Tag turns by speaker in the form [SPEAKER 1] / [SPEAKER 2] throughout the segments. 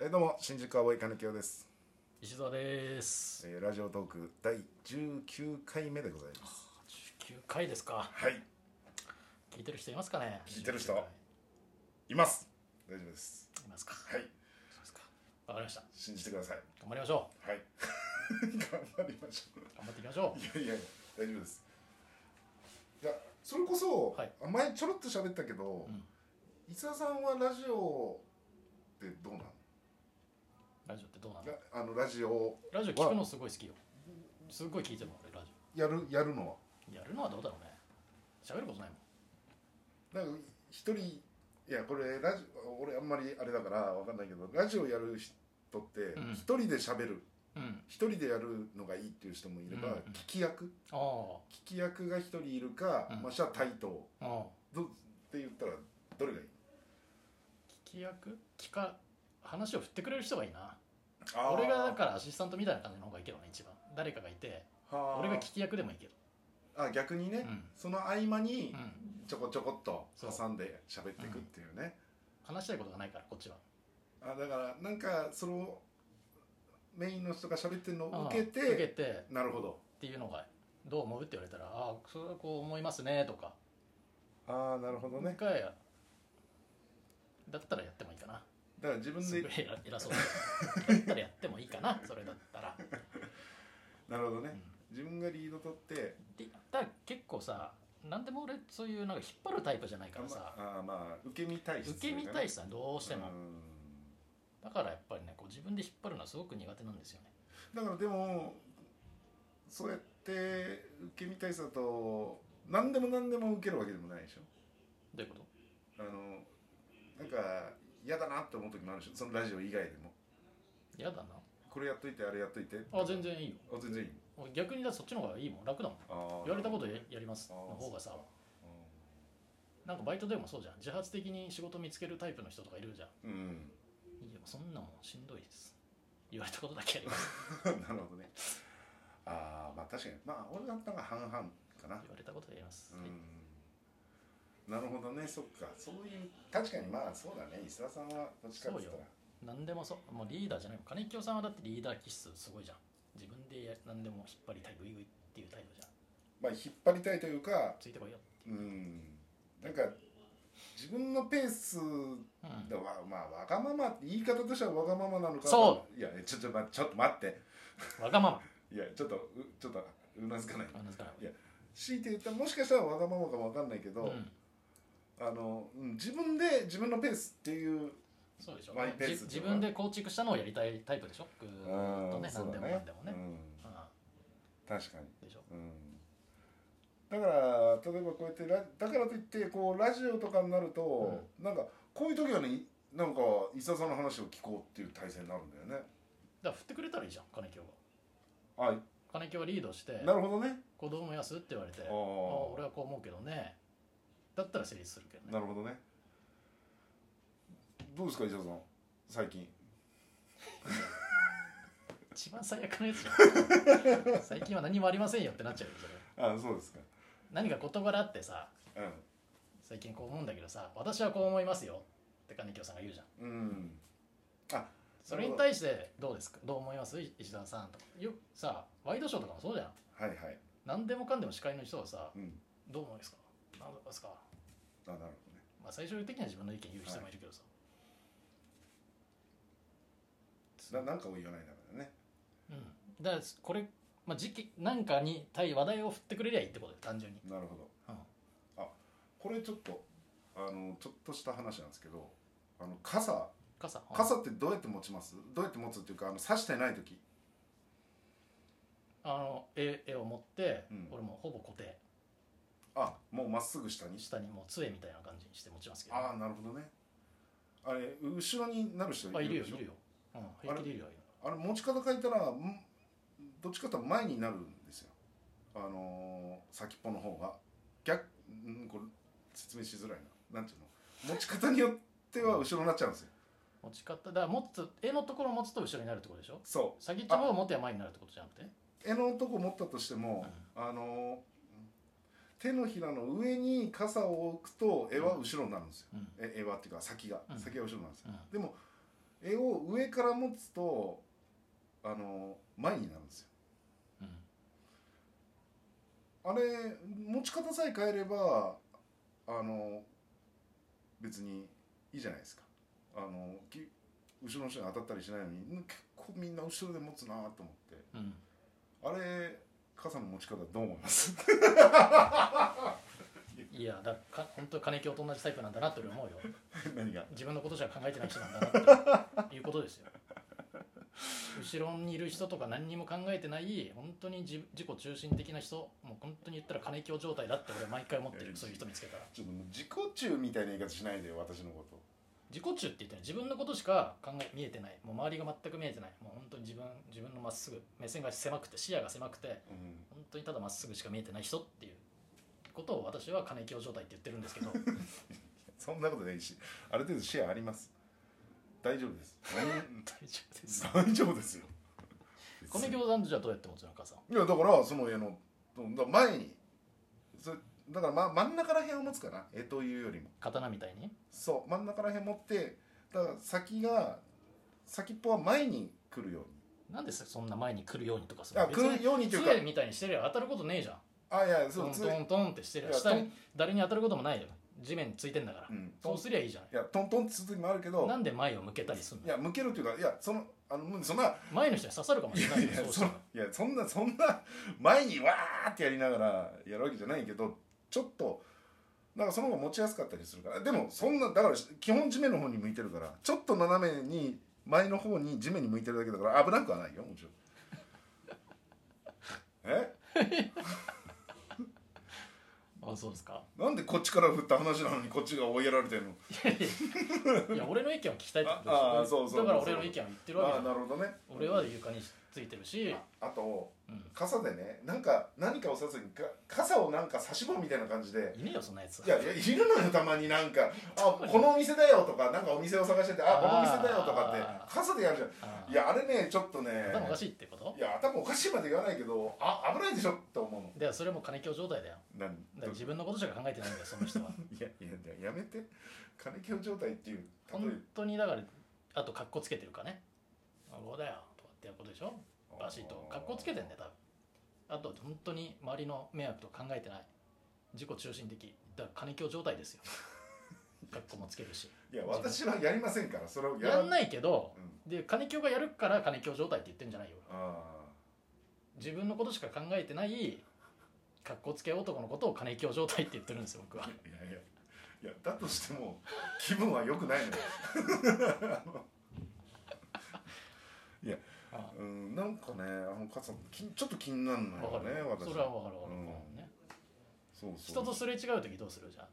[SPEAKER 1] えーどうも新宿青い金清です、
[SPEAKER 2] 石澤です。
[SPEAKER 1] えーラジオトーク第19回目でございます
[SPEAKER 2] 19回ですか。
[SPEAKER 1] はい
[SPEAKER 2] 聞いてる人いますかね。
[SPEAKER 1] 聞いてる人
[SPEAKER 2] 19回
[SPEAKER 1] います大丈夫です
[SPEAKER 2] いますか。
[SPEAKER 1] はい
[SPEAKER 2] そうですか。わかりました。
[SPEAKER 1] 信じてください
[SPEAKER 2] 頑張りましょ
[SPEAKER 1] はい 頑張りましょ
[SPEAKER 2] う。頑張っていきましょ
[SPEAKER 1] ういやいや大丈夫ですいやそれこそ、
[SPEAKER 2] はい
[SPEAKER 1] あ前ちょろっと喋ったけど、
[SPEAKER 2] うん
[SPEAKER 1] 伊沢さんはラジオってどうなの
[SPEAKER 2] う。ラジオってどうなの
[SPEAKER 1] ラ？あのラジオ
[SPEAKER 2] ラジオ聞くのすごい好きよ。すごい聞いてるもん俺ラジ
[SPEAKER 1] やるやるのは
[SPEAKER 2] オ。やるのはどうだろうね。喋ることないもん。
[SPEAKER 1] なんか一人いやこれラジオ俺あんまりあれだからわかんないけどラジオやる人って
[SPEAKER 2] うん
[SPEAKER 1] 一人で喋る
[SPEAKER 2] うん。
[SPEAKER 1] 一人でやるのがいいっていう人もいれば、
[SPEAKER 2] うんうん
[SPEAKER 1] 聞き役
[SPEAKER 2] ああ
[SPEAKER 1] 聞き役が一人いるか、
[SPEAKER 2] うん
[SPEAKER 1] まあじゃあ対等
[SPEAKER 2] ああ。
[SPEAKER 1] どって言ったらどれがいい
[SPEAKER 2] 聞き役？聞か話を振ってくれる人がいいな。
[SPEAKER 1] あー
[SPEAKER 2] 俺がだからアシスタントみたいな感じの方がいいけどね一番。誰かがいて、
[SPEAKER 1] はー
[SPEAKER 2] 俺が聞き役でもいいけど。
[SPEAKER 1] あ逆にね、
[SPEAKER 2] うん
[SPEAKER 1] その合間に
[SPEAKER 2] うん。
[SPEAKER 1] ちょこちょこっと挟んで喋っていくっていうね、
[SPEAKER 2] 話したいことがないからこっちは。
[SPEAKER 1] あだからなんかそのメインの人が喋ってるのを受けて
[SPEAKER 2] うん受けて。
[SPEAKER 1] なるほど
[SPEAKER 2] っていうのが「どう思う?」って言われたら「ああそれはこう思いますね」とか
[SPEAKER 1] ああなるほど
[SPEAKER 2] 一回だったらやってもいいかな
[SPEAKER 1] だから自分
[SPEAKER 2] す
[SPEAKER 1] で
[SPEAKER 2] ごい偉偉そうだだったらやってもいいかなそれだったら
[SPEAKER 1] なるほどね、
[SPEAKER 2] うん
[SPEAKER 1] 自分がリード取って
[SPEAKER 2] でだから結構さ何でも俺そういうなんか引っ張るタイプじゃないからさ
[SPEAKER 1] あまあまあ受け身体質
[SPEAKER 2] 受け身体
[SPEAKER 1] 質
[SPEAKER 2] 質はどう
[SPEAKER 1] と
[SPEAKER 2] してもだからやっぱりねこう自分で引っ張るのはすごく苦手なんですよね
[SPEAKER 1] だからでもそうやって受け身体質だと何でも何でも受けるわけでもないでしょ
[SPEAKER 2] どういうこ
[SPEAKER 1] あ
[SPEAKER 2] と
[SPEAKER 1] のなんか嫌だなって思う時もあるでしょそのラジオ以外でも
[SPEAKER 2] 嫌だな
[SPEAKER 1] これやっといてあれやっといて
[SPEAKER 2] あ全然いいよ
[SPEAKER 1] あ全然いい
[SPEAKER 2] 俺逆にだってそっちの方がいいもん楽だもん
[SPEAKER 1] あー
[SPEAKER 2] 言われたことややりますの方が
[SPEAKER 1] あ
[SPEAKER 2] さ
[SPEAKER 1] ー
[SPEAKER 2] なんかバイトでもそうじゃん自発的に仕事見つけるタイプの人とかいるじゃ
[SPEAKER 1] う
[SPEAKER 2] ん
[SPEAKER 1] ん
[SPEAKER 2] いやそんなもんしんどいです言われたことだけあります
[SPEAKER 1] なるほどねああまあ確かにまあ俺だったら半々かな
[SPEAKER 2] 言われたことであります、はい
[SPEAKER 1] うんなるほどねそっかそういう確かにまあそうだね伊沢さんはどっちかって言ったら
[SPEAKER 2] 何でもそうもうリーダーじゃないもん金清さんはだってリーダー気質すごいじゃん自分でや何でも引っ張りたいグイグイっていう態度じゃん
[SPEAKER 1] まあ引っ張りたいというか
[SPEAKER 2] ついてこいよって
[SPEAKER 1] うんなんか自分のペース
[SPEAKER 2] うん
[SPEAKER 1] でわまあわがままって言い方としてはわがままなのか
[SPEAKER 2] そう
[SPEAKER 1] やちょっと待ちょっと待って
[SPEAKER 2] わがま
[SPEAKER 1] いやちょっとうちょっとうなずかない
[SPEAKER 2] まなんですから
[SPEAKER 1] いや強いて言ったらもしかしたらわがままかもわかんないけど、
[SPEAKER 2] うん
[SPEAKER 1] あのうん自分で自分のペースっていう
[SPEAKER 2] そうでしょ
[SPEAKER 1] マイペース
[SPEAKER 2] じ自分で構築したのをやりたいタイプでしょぐーっとね
[SPEAKER 1] そ
[SPEAKER 2] 何
[SPEAKER 1] うだ
[SPEAKER 2] でも何でもね、
[SPEAKER 1] うん
[SPEAKER 2] う
[SPEAKER 1] 確かに
[SPEAKER 2] ん、でしょ
[SPEAKER 1] うんだから例えばこうやってラだからといってこうラジオとかになると、なんかこういう時はねいなんか伊沢さんの話を聞こうっていう体制になるんだよね
[SPEAKER 2] だから振ってくれたらいいじゃん金清が
[SPEAKER 1] はい
[SPEAKER 2] 金清がリードして
[SPEAKER 1] なるほどね
[SPEAKER 2] 「こうどう思います?」って言われて
[SPEAKER 1] あ
[SPEAKER 2] あ
[SPEAKER 1] ー
[SPEAKER 2] 俺はこう思うけどね」だったら成立するけどね
[SPEAKER 1] なるほどねどうですか伊沢さん最近
[SPEAKER 2] 一番最悪のやつじゃん最近は何もありませんよってなっちゃうよそれ
[SPEAKER 1] あそうですか
[SPEAKER 2] 何か事柄あってさ
[SPEAKER 1] う
[SPEAKER 2] 最近こう思うんだけどさ私はこう思いますよって金清さんが言うじゃん
[SPEAKER 1] んうんあ
[SPEAKER 2] それに対してどうですかどう思います石田さんとかよさワイドショーとかもそうじゃん
[SPEAKER 1] はいはい
[SPEAKER 2] 何でもかんでも司会の人はさ
[SPEAKER 1] うん
[SPEAKER 2] どう思いますか何ですか、
[SPEAKER 1] あなるほどね
[SPEAKER 2] まあ、最終的には自分の意見言う人もいるけどさ、
[SPEAKER 1] ななんかを言わないだからね
[SPEAKER 2] うん、だからこれ、まあ、時期なんかに対話題を振ってくれりゃいいってことよ単純に、
[SPEAKER 1] なるほど
[SPEAKER 2] うん、
[SPEAKER 1] これちょっとあのちょっとした話なんですけどあの傘
[SPEAKER 2] 傘
[SPEAKER 1] 傘ってどうやって持ちますどうやって持つっていうかあの差してない時
[SPEAKER 2] あの絵絵を持って、
[SPEAKER 1] うん
[SPEAKER 2] 俺もほぼ固定
[SPEAKER 1] あもうまっすぐ下に
[SPEAKER 2] 下にもう杖みたいな感じにして持ちますけど
[SPEAKER 1] ああなるほどねあれ後ろになる人
[SPEAKER 2] あいるよ
[SPEAKER 1] で
[SPEAKER 2] い
[SPEAKER 1] しょ
[SPEAKER 2] るよ、うん、平気でいるよ
[SPEAKER 1] あれ持ち方変えたらんどっちかというと前になるんですよあのー先っぽの方が逆んこれ説明しづらいななんていうの持ち方によっては後ろになっちゃうんですよ
[SPEAKER 2] 持ち方だから持つ絵のところ持つと後ろになるってことでしょ
[SPEAKER 1] そ
[SPEAKER 2] 先っちょの方を持っては前になるってことじゃなくて
[SPEAKER 1] う絵のとこ持ったとしても、あのー手のひらの上に傘を置くと絵は後ろになるんですよ、
[SPEAKER 2] うん
[SPEAKER 1] え絵はっていうか先が、
[SPEAKER 2] うん
[SPEAKER 1] 先が後ろなんですよ、
[SPEAKER 2] うん
[SPEAKER 1] でも絵柄を上から持つとあの前になるんですよ
[SPEAKER 2] うん
[SPEAKER 1] あれ持ち方さえ変えればあの別にいいじゃないですかあのき後ろの人に当たったりしないのにん結構みんな後ろで持つなと思って
[SPEAKER 2] うん
[SPEAKER 1] あれ傘の持ち方どう思います
[SPEAKER 2] いやだか本当に金京と同じタイプなんだなって俺思うよ
[SPEAKER 1] 何が
[SPEAKER 2] 自分のことしか考えてない人なんだなっていうことです よ後ろにいる人とか何にも考えてない本当に自自己中心的な人もう本当に言ったら金京状態だって俺は毎回思ってるそういう人見つけたら
[SPEAKER 1] ちょっともう自己中みたいな言い方しないでよ私のこと
[SPEAKER 2] 自己中って言ってね自分のことしか考え見えてないもう周りが全く見えてないもう本当に自分自分のまっすぐ目線が狭くて視野が狭くて
[SPEAKER 1] うん
[SPEAKER 2] 本当にただまっすぐしか見えてない人っていうことを私は金京状態って言ってるんです けど
[SPEAKER 1] そんなことないしある程度シェアあります大丈夫です
[SPEAKER 2] 大丈夫です
[SPEAKER 1] 大丈夫ですよ
[SPEAKER 2] 金京さんじゃあどうやって持つのかさん
[SPEAKER 1] いやだからその絵のだから前にそれだから、ま、真ん中ら辺を持つかな絵というよりも
[SPEAKER 2] 刀みたいに
[SPEAKER 1] そう真ん中ら辺持ってだから先が先っぽは前に来るように
[SPEAKER 2] なんでそんな前に来るようにとかす
[SPEAKER 1] あ
[SPEAKER 2] 別に
[SPEAKER 1] 来るようにというか
[SPEAKER 2] 杖みたいにしてりゃ当たることねえじゃん
[SPEAKER 1] あいやそ
[SPEAKER 2] ト
[SPEAKER 1] う
[SPEAKER 2] ン
[SPEAKER 1] つ
[SPEAKER 2] トントンってしてり
[SPEAKER 1] い
[SPEAKER 2] ゃ
[SPEAKER 1] や
[SPEAKER 2] 下
[SPEAKER 1] ト
[SPEAKER 2] に誰に当たることもないよ地面についてんだから、
[SPEAKER 1] うんト
[SPEAKER 2] そ
[SPEAKER 1] ン
[SPEAKER 2] うすりゃいいじゃん
[SPEAKER 1] いやトントンってする時もあるけど
[SPEAKER 2] なんで前を向けたりすん
[SPEAKER 1] い
[SPEAKER 2] の
[SPEAKER 1] や向けるというかいやそのあのもうそんな
[SPEAKER 2] 前の人に刺さるかもしれない
[SPEAKER 1] い
[SPEAKER 2] よ
[SPEAKER 1] や
[SPEAKER 2] そうし
[SPEAKER 1] そ
[SPEAKER 2] た
[SPEAKER 1] の
[SPEAKER 2] ら
[SPEAKER 1] いやそんなそんな前にわーってやりながらやるわけじゃないけどちょっとなんかその方が持ちやすかったりするからでもそんなだから基本地面の方に向いてるからちょっと斜めに前の方に地面に向いてるだけだから危なくはないよもちろんえ
[SPEAKER 2] あそうですか
[SPEAKER 1] なんでこっちから振った話なのにこっちが追いやられてるの
[SPEAKER 2] いや俺の意見を聞きたいってこと
[SPEAKER 1] ああ
[SPEAKER 2] です
[SPEAKER 1] そ
[SPEAKER 2] よ
[SPEAKER 1] うそう
[SPEAKER 2] だから俺の意見を言ってるわけ
[SPEAKER 1] あ
[SPEAKER 2] じ
[SPEAKER 1] あ
[SPEAKER 2] ゃ
[SPEAKER 1] なるほどね
[SPEAKER 2] ん俺は床についてるし、
[SPEAKER 1] あと
[SPEAKER 2] うん、
[SPEAKER 1] 傘でねなんか何かをさずにか傘をなんか差し棒みたいな感じで
[SPEAKER 2] いねえよそんなやつ
[SPEAKER 1] いやいやいるのよたまになんか「あこのお店だよ」とかなんかお店を探してて「あこのお店だよ」とか
[SPEAKER 2] あ
[SPEAKER 1] っ
[SPEAKER 2] ー
[SPEAKER 1] て傘でやるじゃ
[SPEAKER 2] あ
[SPEAKER 1] んいやあれねちょっとね
[SPEAKER 2] 頭おかしいってこと
[SPEAKER 1] いや頭おかしいまで言わないけどあ危ないでしょって思うの
[SPEAKER 2] でそれも金京状態だよ
[SPEAKER 1] 何
[SPEAKER 2] だから自分のことしか考えてないんだよその人はい
[SPEAKER 1] やいやいややめて金強状態っていう例
[SPEAKER 2] 本当にだからあと格好つけてるかね「あこうだよ」とかってやることでしょ
[SPEAKER 1] え
[SPEAKER 2] バシッと格好つけてんだよ多分あと本当に周りの迷惑とか考えてない自己中心的だから金京状 態ですよ格好もつけるし
[SPEAKER 1] いや私はやりませんからそれを
[SPEAKER 2] や
[SPEAKER 1] ら
[SPEAKER 2] んないけど
[SPEAKER 1] うん
[SPEAKER 2] で金京がやるから金京状態って言ってんじゃないよ
[SPEAKER 1] あ
[SPEAKER 2] 自分のことしか考えてない格好つけ男のことを金京状態って言ってるんですよ僕は
[SPEAKER 1] ーいやいやいやだとしても気分は良く ないのよ
[SPEAKER 2] あ
[SPEAKER 1] うんなんかねあの傘きちょっと気になるの
[SPEAKER 2] わ
[SPEAKER 1] よ
[SPEAKER 2] かる
[SPEAKER 1] ね
[SPEAKER 2] よ
[SPEAKER 1] 私
[SPEAKER 2] それはわかるわかる、
[SPEAKER 1] うん
[SPEAKER 2] ね
[SPEAKER 1] そうそう
[SPEAKER 2] 人とすれ違う時どうするじゃん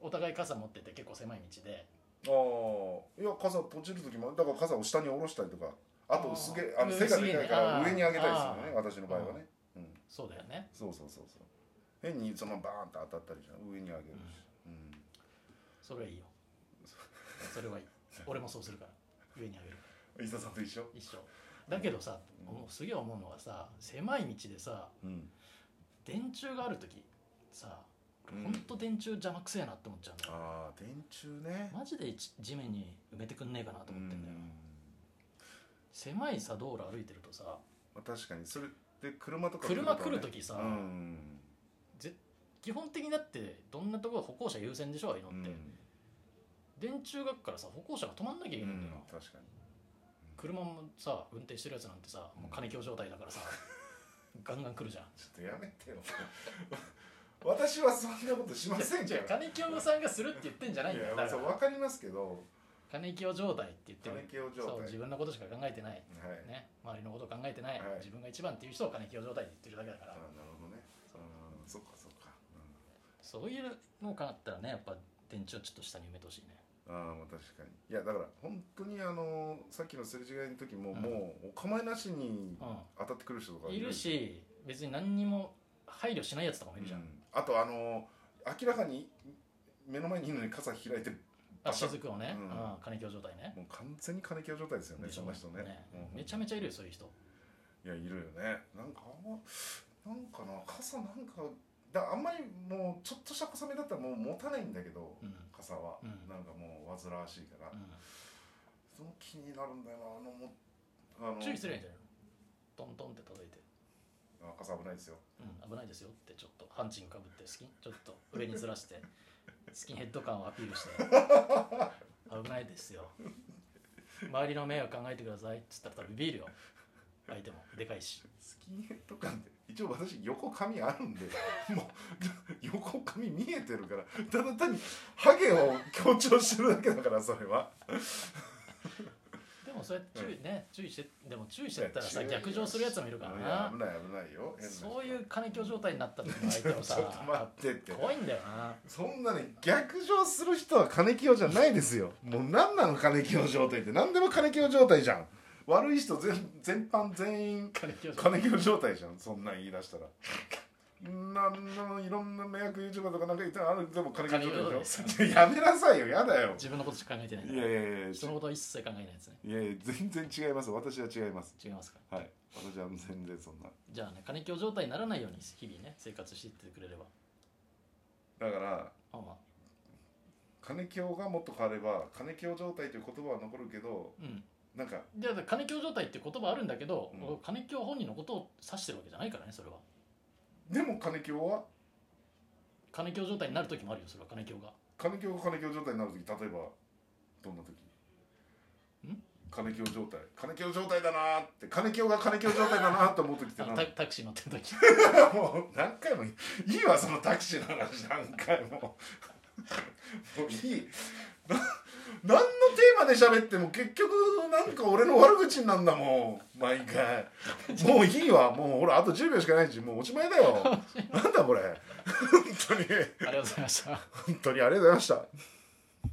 [SPEAKER 2] お互い傘持ってて結構狭い道で
[SPEAKER 1] ああいや傘閉じる時もだから傘を下に下ろしたりとかあ
[SPEAKER 2] あ
[SPEAKER 1] と
[SPEAKER 2] ー
[SPEAKER 1] すげえあの
[SPEAKER 2] うん
[SPEAKER 1] 背がでかいから
[SPEAKER 2] すげえ
[SPEAKER 1] 上
[SPEAKER 2] ね
[SPEAKER 1] に上げたりす
[SPEAKER 2] あー
[SPEAKER 1] るよね私の場合はねうん
[SPEAKER 2] そうだよね
[SPEAKER 1] そうそうそうそう変にそのままバーンと当たったりじゃん上に上げるしうん
[SPEAKER 2] それはいいよそれはいい俺もそうするから上に上げる
[SPEAKER 1] 伊沢さんと一緒
[SPEAKER 2] 一緒だけどさ、
[SPEAKER 1] うん
[SPEAKER 2] もうすげえ思うのはさ狭い道でさ
[SPEAKER 1] うん
[SPEAKER 2] 電柱がある時さ
[SPEAKER 1] うん
[SPEAKER 2] ほんと電柱邪魔くせえなって思っちゃうんだよ、
[SPEAKER 1] ああ電柱ね
[SPEAKER 2] マジで地地面に埋めてくんねえかなと思ってんだよ、
[SPEAKER 1] うん
[SPEAKER 2] 狭いさ道路歩いてるとさ
[SPEAKER 1] まあ確かにそれで車とか
[SPEAKER 2] 車来る
[SPEAKER 1] とね
[SPEAKER 2] 時さ、
[SPEAKER 1] うん
[SPEAKER 2] 基本的にだってどんなところ歩行者優先でしょああいうのっ
[SPEAKER 1] う
[SPEAKER 2] て、
[SPEAKER 1] ん
[SPEAKER 2] 電柱があるからさ歩行者が止まんなきゃいけないんだよ、
[SPEAKER 1] 確かに
[SPEAKER 2] 車もさ運転してるやつなんてさもう金強状態だ からさ、ガンガン来るじゃん
[SPEAKER 1] ちょっとやめてよ 私はそんなことしませんか
[SPEAKER 2] じゃ
[SPEAKER 1] ら
[SPEAKER 2] あ金清さんがするって言ってんじゃないん
[SPEAKER 1] い
[SPEAKER 2] だ
[SPEAKER 1] や
[SPEAKER 2] よ
[SPEAKER 1] ま
[SPEAKER 2] だ
[SPEAKER 1] あ
[SPEAKER 2] か
[SPEAKER 1] そう
[SPEAKER 2] ら
[SPEAKER 1] わかりますけど
[SPEAKER 2] 金清状態って言ってる
[SPEAKER 1] 金清状態
[SPEAKER 2] そう自分のことしか考えてない、
[SPEAKER 1] はい、
[SPEAKER 2] ね、周りのことを考えてない、
[SPEAKER 1] はい
[SPEAKER 2] 自分が一番っていう人を金清状態って言ってるだけだか
[SPEAKER 1] あ
[SPEAKER 2] ら、
[SPEAKER 1] なるほどねうんそっかそっか、
[SPEAKER 2] そういうのがあったらねやっぱ電柱をちょっと下に埋めてほしいね
[SPEAKER 1] うん、ああまあ確かにいやだから本当にあのさっきのすれ違いの時も、
[SPEAKER 2] うん
[SPEAKER 1] もうお構いなしに
[SPEAKER 2] う
[SPEAKER 1] 当たってくる人とか
[SPEAKER 2] んいるし別に何にも配慮しないやつとかも
[SPEAKER 1] う
[SPEAKER 2] い
[SPEAKER 1] ん
[SPEAKER 2] るじゃん、
[SPEAKER 1] あとあの明らかに目の前にいるのに傘開いて
[SPEAKER 2] あ雫をね、
[SPEAKER 1] う
[SPEAKER 2] うんん金清状態ね
[SPEAKER 1] もう完全に金強状態ですよね
[SPEAKER 2] でし
[SPEAKER 1] そ
[SPEAKER 2] ょ
[SPEAKER 1] んな人ねうん
[SPEAKER 2] めちゃめちゃいるよそういう人
[SPEAKER 1] いやいるよねなんかあんまなんかな傘なんかだあんまりもうちょっとした小雨だったらもう持たないんだけど
[SPEAKER 2] うん
[SPEAKER 1] 傘は、
[SPEAKER 2] うん
[SPEAKER 1] なんかもう煩わしいから、
[SPEAKER 2] うん
[SPEAKER 1] その気になるんだよなあのもあの
[SPEAKER 2] 注意すればいいんじゃないのトントンって叩いて、
[SPEAKER 1] 赤さん危ないですよ
[SPEAKER 2] うん、危ないですよってちょっとハンチンかぶってスキンちょっと上にずらしてスキンヘッド感をアピールして危ないですよ周りの迷惑考えてくださいっつったら多分ビビるよ相手もでかいし
[SPEAKER 1] スキンヘッド感って一応私横髪あるんで もう横髪見えてるからただ単にハゲを強調してるだけだからそれは
[SPEAKER 2] でもそれ注意ね注意してでも注意し
[SPEAKER 1] い
[SPEAKER 2] て
[SPEAKER 1] や
[SPEAKER 2] ったらさ
[SPEAKER 1] 注意
[SPEAKER 2] 逆上するやつもいるから
[SPEAKER 1] いや
[SPEAKER 2] な
[SPEAKER 1] 危ない危ないよ変な人
[SPEAKER 2] そういう金強状態になった時の相手をさ
[SPEAKER 1] ちょっと待ってって
[SPEAKER 2] 怖いんだよな
[SPEAKER 1] そんなね逆上する人は金清じゃないですよもう何なの金清状態って何でも金清状態じゃん悪い人全全般全員
[SPEAKER 2] 金強状
[SPEAKER 1] 金
[SPEAKER 2] 態
[SPEAKER 1] 清状態じゃんそんなん言い出したらなんのいろんな迷惑 YouTuber とかなんかいたらあるでも金清状態でしょいややめなさいよやだよ
[SPEAKER 2] 自分のことしか考えてないん
[SPEAKER 1] い
[SPEAKER 2] だ
[SPEAKER 1] やいやいやいや
[SPEAKER 2] 人のことは一切考えないですね
[SPEAKER 1] いやいや全然違います私は違います
[SPEAKER 2] 違いますか
[SPEAKER 1] はい私は全然そんな
[SPEAKER 2] じゃあね金強状態にならないように日々ね生活していってくれれば
[SPEAKER 1] だから
[SPEAKER 2] ああ
[SPEAKER 1] 金清がもっと変われば金清状態という言葉は残るけど
[SPEAKER 2] うん
[SPEAKER 1] なんか
[SPEAKER 2] でだから金強状態って言葉あるんだけど、
[SPEAKER 1] うん
[SPEAKER 2] 俺金強本人のことを指してるわけじゃないからねそれは
[SPEAKER 1] でも金清は
[SPEAKER 2] 金強状態になる時もあるよそれは金強が
[SPEAKER 1] 金京が金京状態になる時例えばどんな時
[SPEAKER 2] ん
[SPEAKER 1] 金京状態金京状態だなーって金京が金京状態だなーって思う時って
[SPEAKER 2] あ
[SPEAKER 1] な
[SPEAKER 2] の
[SPEAKER 1] ん
[SPEAKER 2] タタクシー乗って る時
[SPEAKER 1] もう何回もいいいいわそのタクシーの話何回ももういいな何のテーマで喋っても結局なんか俺の悪口になんだもん毎回もういいわもうほらあと10秒しかないし もうおしまいだよなんだこれ本当に
[SPEAKER 2] ありがとうございました
[SPEAKER 1] 本当にありがとうございました